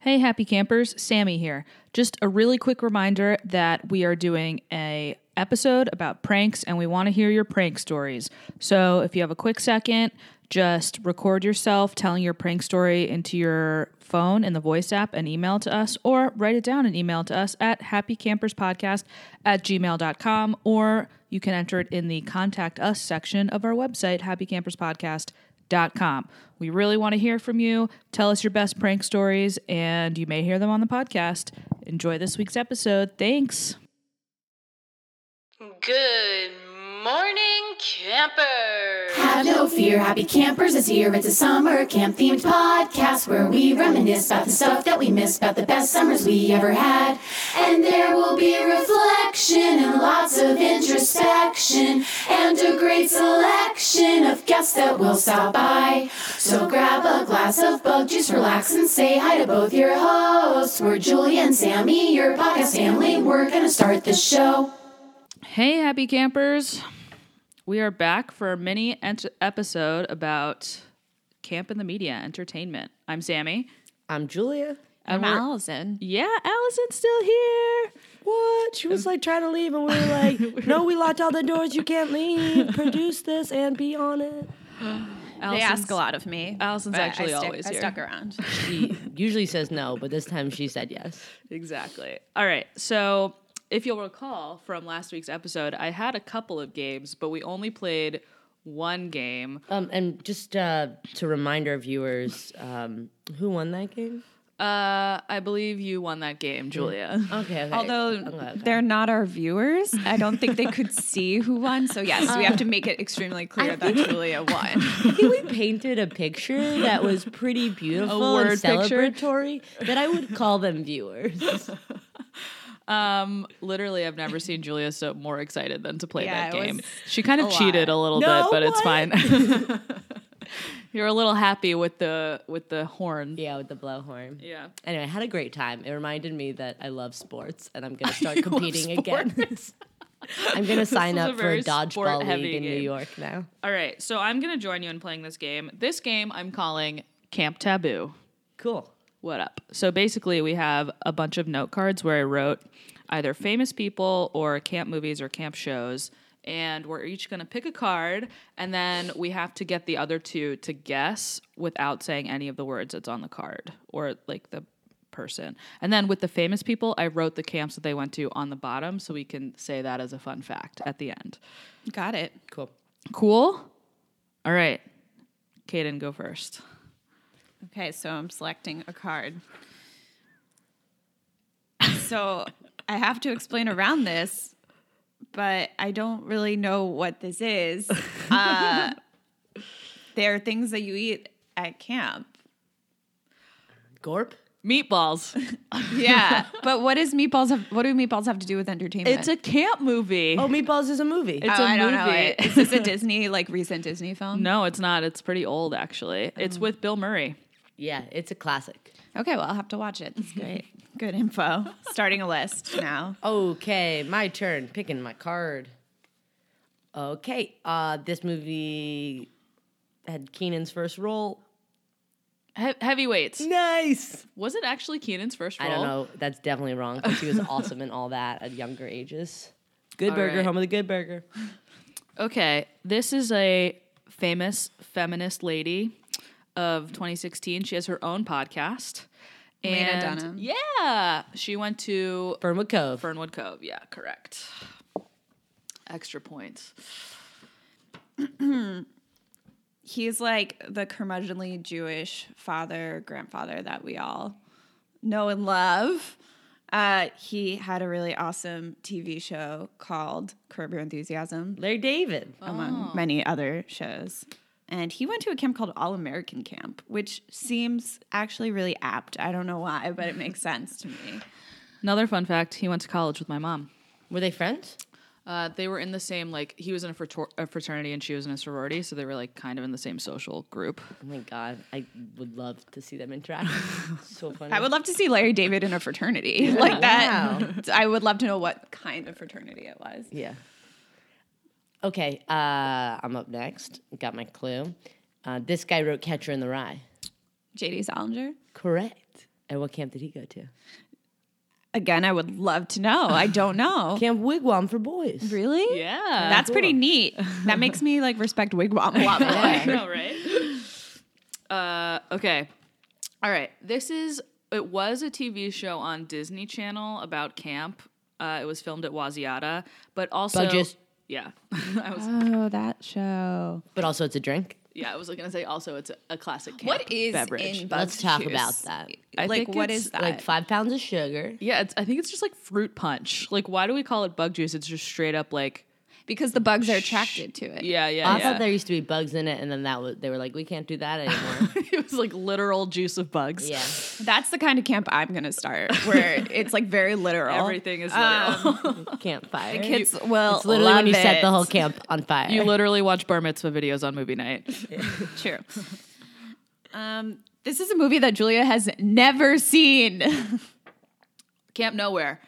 Hey, happy campers, Sammy here. Just a really quick reminder that we are doing a episode about pranks and we want to hear your prank stories. So, if you have a quick second, just record yourself telling your prank story into your phone in the voice app and email to us or write it down and email to us at happycamperspodcast at gmail.com or you can enter it in the contact us section of our website happycamperspodcast.com com. We really want to hear from you. Tell us your best prank stories, and you may hear them on the podcast. Enjoy this week's episode. Thanks. Good morning, campers. Have no fear, happy campers is here. It's a summer camp themed podcast where we reminisce about the stuff that we missed, about the best summers we ever had. And there will be reflection and lots of introspection and a great selection of guests that will stop by. So grab a glass of bug juice, relax, and say hi to both your hosts. We're Julie and Sammy, your podcast family. We're gonna start the show. Hey, happy campers. We are back for a mini ent- episode about camp in the media entertainment. I'm Sammy. I'm Julia. And we're- Allison. yeah, Allison's still here. What? She was like trying to leave, and we were like, no, we locked all the doors. You can't leave. Produce this and be on it. They ask a lot of me. Allison's but I actually stuck- always I here. stuck around. She usually says no, but this time she said yes. Exactly. All right. So, if you'll recall from last week's episode, I had a couple of games, but we only played one game. Um, and just uh, to remind our viewers, um, who won that game? Uh, I believe you won that game, Julia. Okay. okay. Although Okay, okay. they're not our viewers, I don't think they could see who won. So yes, we have to make it extremely clear that Julia won. I think we painted a picture that was pretty beautiful A word and picture? celebratory that I would call them viewers. Um, literally, I've never seen Julia so more excited than to play Yeah, that it game. was She kind of cheated a little No, bit, but it's what? fine. You're a little happy with the with the horn. Yeah, with the blowhorn. Yeah. Anyway, I had a great time. It reminded me that I love sports and I'm going to start competing again. I'm going to sign is a up for very a dodgeball sport-heavy league in New game. York now. All right. So I'm gonna join you in playing this game. This game I'm calling Camp Taboo. Cool. What up? So basically, we have a bunch of note cards where I wrote either famous people or camp movies or camp shows. And we're each going to pick a card, and then we have to get the other two to guess without saying any of the words that's on the card or like the person. And then with the famous people, I wrote the camps that they went to on the bottom so we can say that as a fun fact at the end. Got it. Cool. Cool? All right. Kaden, go first. Okay, so I'm selecting a card. So I have to explain around this, but I don't really know what this is. Uh, there are things that you eat at camp. Gorp? Meatballs. Yeah, but what is meatballs? Have, what do meatballs have to do with entertainment? it's a camp movie. Oh, Meatballs is a movie. It's oh, a I don't know. movie. It. Is this a Disney like recent Disney film? No, it's not. It's pretty old, actually. Mm. It's with Bill Murray. yeah, it's a classic. Okay, well I'll have to watch it. That's great. Good info. Starting a list now. Okay, my turn. Picking my card. Okay, uh, this movie had Keenan's first role. He- heavyweights. Nice. Was it actually Keenan's first I role? don't know. That's definitely wrong because he was awesome in all that at younger ages. Good All Burger, right. home of the Good Burger. Okay, this is a famous feminist lady of 2016. She has her own podcast. Lena And Dunham. Yeah, she went to Fernwood Cove. Fernwood Cove. Yeah, correct. Extra points. He's like the curmudgeonly Jewish father, grandfather that we all know and love. Uh, he had a really awesome TV show called Curb Your Enthusiasm, Larry David. Oh. among many other shows. And he went to a camp called All American Camp, which seems actually really apt. I don't know why, but it makes sense to me. Another fun fact he went to college with my mom. Were they friends? Uh, they were in the same, like, he was in a, frater- a fraternity and she was in a sorority, so they were, like, kind of in the same social group. Oh my god, I would love to see them interact. so funny. I would love to see Larry David in a fraternity like that. Wow. I would love to know what kind of fraternity it was. Yeah. Okay, uh, I'm up next. Got my clue. Uh, this guy wrote Catcher in the Rye. J.D. Salinger. Correct. And what camp did he go to? Again, I would love to know. I don't know. Camp Wigwam for Boys. really? Yeah. That's pretty neat. That makes me like respect wigwam a lot more. I know, right? Uh, okay. All right. This is, it was a TV show on Disney Channel about camp. Uh, it was filmed at Waziata, but also. Budges. Yeah. I was, Oh, that show. But also, it's a drink. yeah, I was going to say also it's a, a classic camp What is beverage. in Let's Buzz talk Juice? about that. I like think what it's is that? Like five pounds of sugar. yeah, it's, I think it's just like fruit punch. Like, why do we call it bug juice? It's just straight up like, because the bugs are attracted to it. yeah, yeah, I yeah. thought there used to be bugs in it, and then that was they were like, we can't do that anymore. it was like literal juice of bugs. yeah, That's the kind of camp I'm going to start where it's like very literal. Everything is Oh. literal. campfire. Kids will it's literally when love you set the it. whole camp on fire. you literally watch bar mitzvah videos on movie night. True. um, this is a movie that Julia has never seen. Camp Nowhere.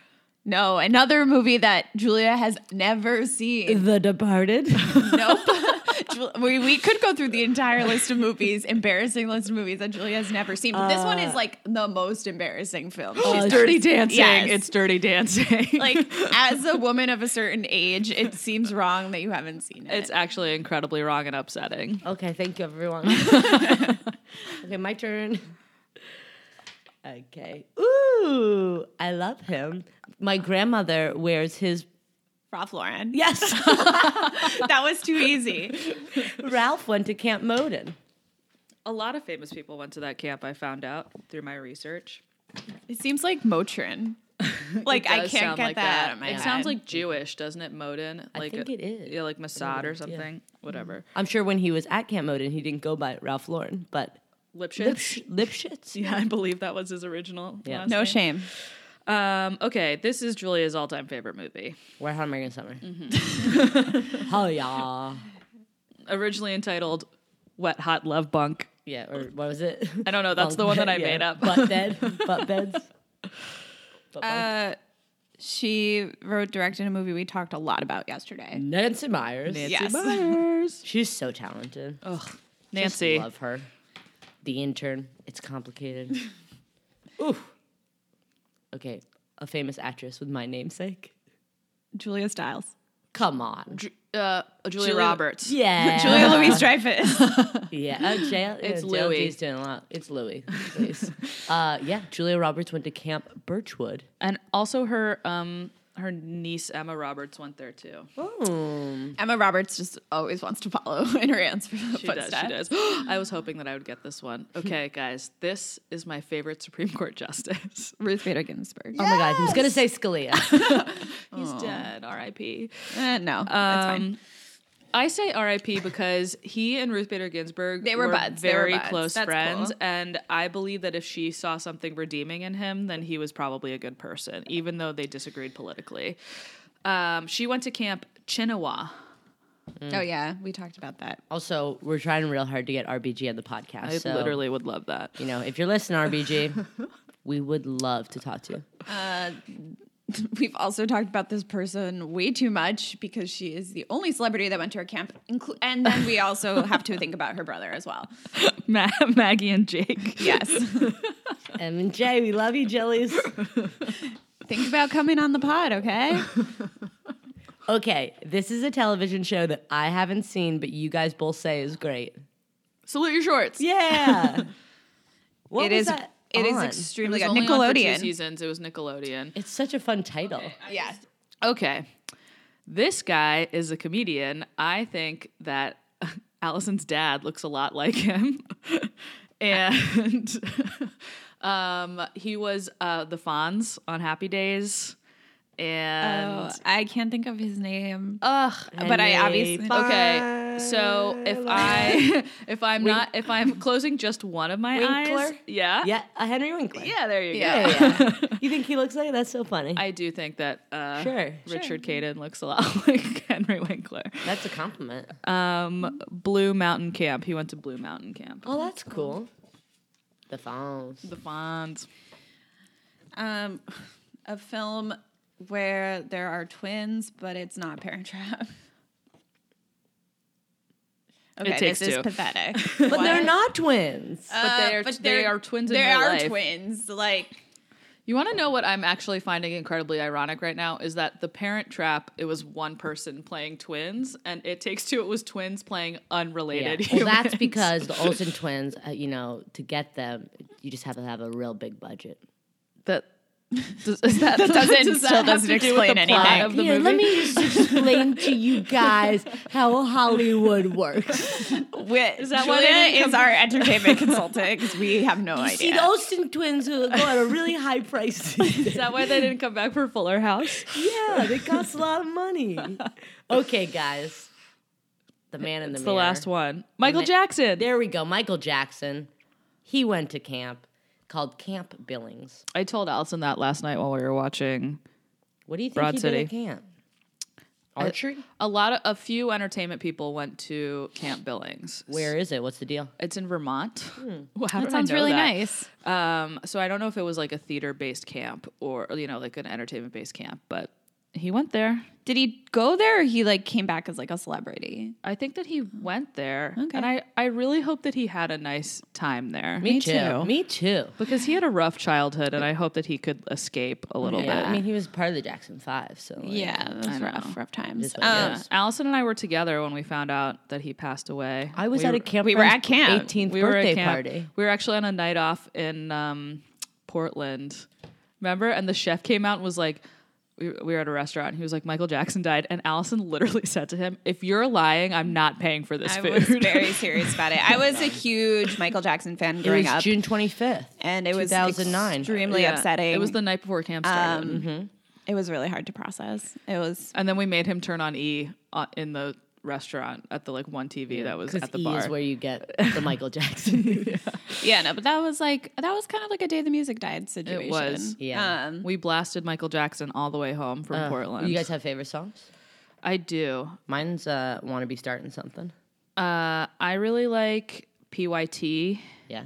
No, another movie that Julia has never seen. the Departed. Nope. Ju- we, we could go through the entire list of movies, embarrassing list of movies that Julia has never seen. But this one Uh. is like the most embarrassing film. She's Dirty Dancing. Yes. It's Dirty Dancing. like, as a woman of a certain age, it seems wrong that you haven't seen it. it's uh, actually incredibly wrong and upsetting. okay, thank you, everyone. okay, my turn. Okay. Ooh, I love him. My grandmother wears his Ralph Lauren. yes. that was too easy. Ralph went to Camp Moden. A lot of famous people went to that camp, I found out through my research. It seems like Motrin. Like It I does can't sound get like that. out of my It head. sounds like Jewish, doesn't it, Moden? Like think it is. Mm-hmm. Yeah, like Mossad or something. Whatever. I'm sure when he was at Camp Moden, he didn't go by Ralph Lauren, but Lipschitz. Lipsch- Lipschitz. yeah, I believe that was his original. Yeah. last no name. shame. Um, okay, this is Julia's all-time favorite movie. We're hot American summer. Mm-hmm. oh yeah, Originally entitled Wet Hot Love Bunk. yeah. Or what was it? I don't know, that's the one that I made up. Butt bed, butt beds. Butt bunk. Uh, she wrote, directed a movie we talked a lot about yesterday. Nancy Myers. Yes. She's so talented. Ugh. Just Nancy. love her. The intern. It's complicated. Ooh. Okay, a famous actress with my namesake. Julia Stiles. Come on. Ju- uh, Julia, Roberts. Yeah. Julia Louise Dreyfus. Yeah, oh, JL, It's it's Louis. Louis. doing a lot. It's Louis. Please. uh, yeah, Julia Roberts went to Camp Birchwood. And also her um her niece Emma Roberts went there too. Emma Roberts just always wants to follow in her aunt's She footsteps. does. She does. I was hoping that I would get this one. Okay, guys, this is my favorite Supreme Court justice. Ruth Bader Ginsburg. Oh my God, who's gonna say Scalia? He's dead. R.I.P. Eh, no, that's fine. Um, I say R.I.P. because he and Ruth Bader Ginsburg They were buds. They were very buds. close That's friends, cool. and I believe that if she saw something redeeming in him, then he was probably a good person, even though they disagreed politically. Um, she went to Camp Chinawa. Oh yeah, we talked about that. also, we're trying real hard to get RBG on the podcast. I so, literally would love that. you know, if you're listening, RBG, we would love to talk to you. We've also talked about this person way too much because she is the only celebrity that went to her camp, inclu- and then we also have to think about her brother as well. Ma- Maggie and Jake. Yes. M and J, we love you, Jillies. Think about coming on the pod, okay? Okay, this is a television show that I haven't seen, but you guys both say is great. Salute your shorts. Yeah. what It was is. that It is on? extremely It good. was only on for two Nickelodeon. seasons. It was Nickelodeon. It's such a fun title. Yeah. Okay. This guy is a comedian. I think that Allison's dad looks a lot like him. and um, he was uh, the Fonz on Happy Days. And Oh, I can't think of his name. Oh, ugh. Oh, but I obviously Okay. So if I if I'm not if I'm closing just one of my eyes, Winkler? yeah. Yeah, uh, Henry Winkler. Yeah, there you go. Yeah, yeah. you think he looks like it? That's so funny. I do think that uh, Sure. Richard Caden looks a lot like Henry Winkler. that's a compliment. Um, Blue Mountain Camp. He went to Blue Mountain Camp. oh, that's cool. The phones. The Fonz. Um, a film where there are twins, but it's not Parent Trap. Okay, takes this two. is pathetic. But they're not twins. Uh, But they are- they are twins in They real are life. twins. Like You want to know what I'm actually finding incredibly ironic right now is that the Parent Trap it was one person playing twins, and It Takes Two it was twins playing Yeah. unrelated. Well, that's humans. because the Olsen twins, uh, you know, to get them, you just have to have a real big budget. that does, is that, does doesn't- that still have to doesn't do with the explain plot anything. of the Here, movie? let me just explain to you guys how Hollywood works. is that why they Julia didn't is our entertainment consultant because we have no You see, idea. the Olsen twins who go at a really high price. Is that why they didn't come back for Fuller House? yeah, they cost a lot of money. Okay, guys. The man in the It's the mirror. last one. Michael Ma- Jackson. There we go. Michael Jackson. He went to camp called Camp Billings. I told Allison that last night while we were watching What do you think Broad he City. did at camp? Archery? a lot of a few entertainment people went to Camp Billings. Where is it? What's the deal? It's in Vermont. Hmm. Well, how that did I sounds know really that? nice. Um, so I don't know if it was like a theater based camp or you know like an entertainment based camp, but he went there. Did he go there or he like came back as like a celebrity? I think that he went there, Okay. and I I really hope that he had a nice time there. too. Me too. Because he had a rough childhood, and I hope that he could escape a little Yeah, I bit. mean, he was part of the Jackson Five, so like, Yeah, those know. rough, rough times. Just like Um, uh, Yeah. Allison and I were together when we found out that he passed away. I was We at were- a camp. we were friend's at camp. 18th we were at birthday camp. party. We were actually on a night off in um, Portland. Remember? And the chef came out and was like, we we were at a restaurant. And he was like, Michael Jackson died. And Allison literally said to him, If you're lying, I'm not paying for this I food. was very serious about it. I was a huge Michael Jackson fan It growing was up, June 25th. and it was 2009. extremely Yeah. upsetting. It was the night before camp started. Um, It was really hard to process. It was and then we made him turn on E uh, in the restaurant at the like one TV that was Because at the E bar. is where you get the Michael Jackson. yeah, no, but that was like that was kind of like a day the music died situation. was, yeah. Um, we blasted Michael Jackson all the way home from Portland. you guys have favorite songs? I do. Mine's uh, "Wanna Be Starting Something." Uh, I really like PYT. Yeah,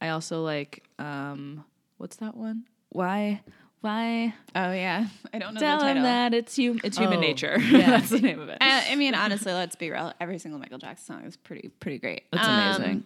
I also like um what's that one? Why why oh yeah, I don't know tell the him title. that it's hum- it's human Oh, nature. yeah. That's the name of it. Uh, I mean, honestly, let's be real. Every single Michael Jackson song is pretty pretty great. That's Um, amazing.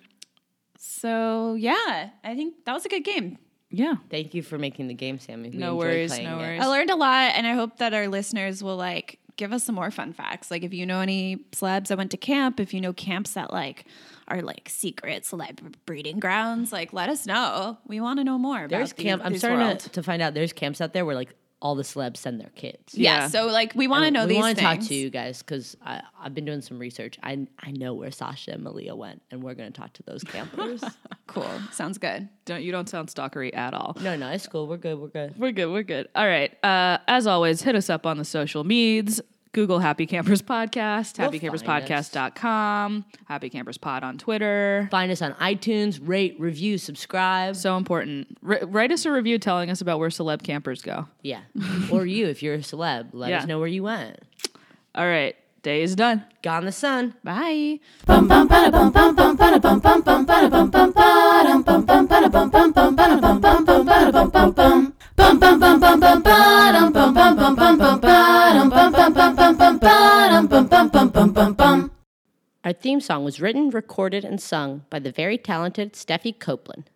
So yeah, I think that was a good game. Yeah. thank you for making the game, Sammy. We No enjoyed worries, playing no it. worries. I learned a lot, and I hope that our listeners will like give us some more fun facts. Like, if you know any celebs that went to camp, if you know camps that like are like secret celeb breeding grounds, like let us know. We want to know more. There's about the- camp. I'm this starting world. to, to find out. There's camps out there where like all the celebs send their kids. Yeah, Yeah. So like, we want to know we these wanna things. talk to you guys because I've been doing some research. I I know where Sasha and Malia went, and we're going to talk to those campers. Cool. Sounds good. Don't you don't sound stalkery at all. no, no, it's cool. We're good. We're good. We're good. We're good. All right. Uh, as always, hit us up on the social medias. Google Happy Campers Podcast, find us. happycamperspodcast.com, Happy Campers Pod on Twitter. Find us on iTunes. Rate, review, subscribe. So important. R- write us a review telling us about where celeb campers go. Yeah, or you if you're a celeb, let Yeah. us know where you went. All right. Day is done. Gone the sun. Bye. Bum bum bada bum bum bum bada bum bum bum bada bum bum bada bum bum bada bum bum bum bada bum bum bum bada bum bum bum bum bum bum bum bum bada bum bum bum bum bum bada bum bum bum bum bum bada bum bum bum bum bum bum. Our theme song was written, recorded, and sung by the very talented Steffi Copeland.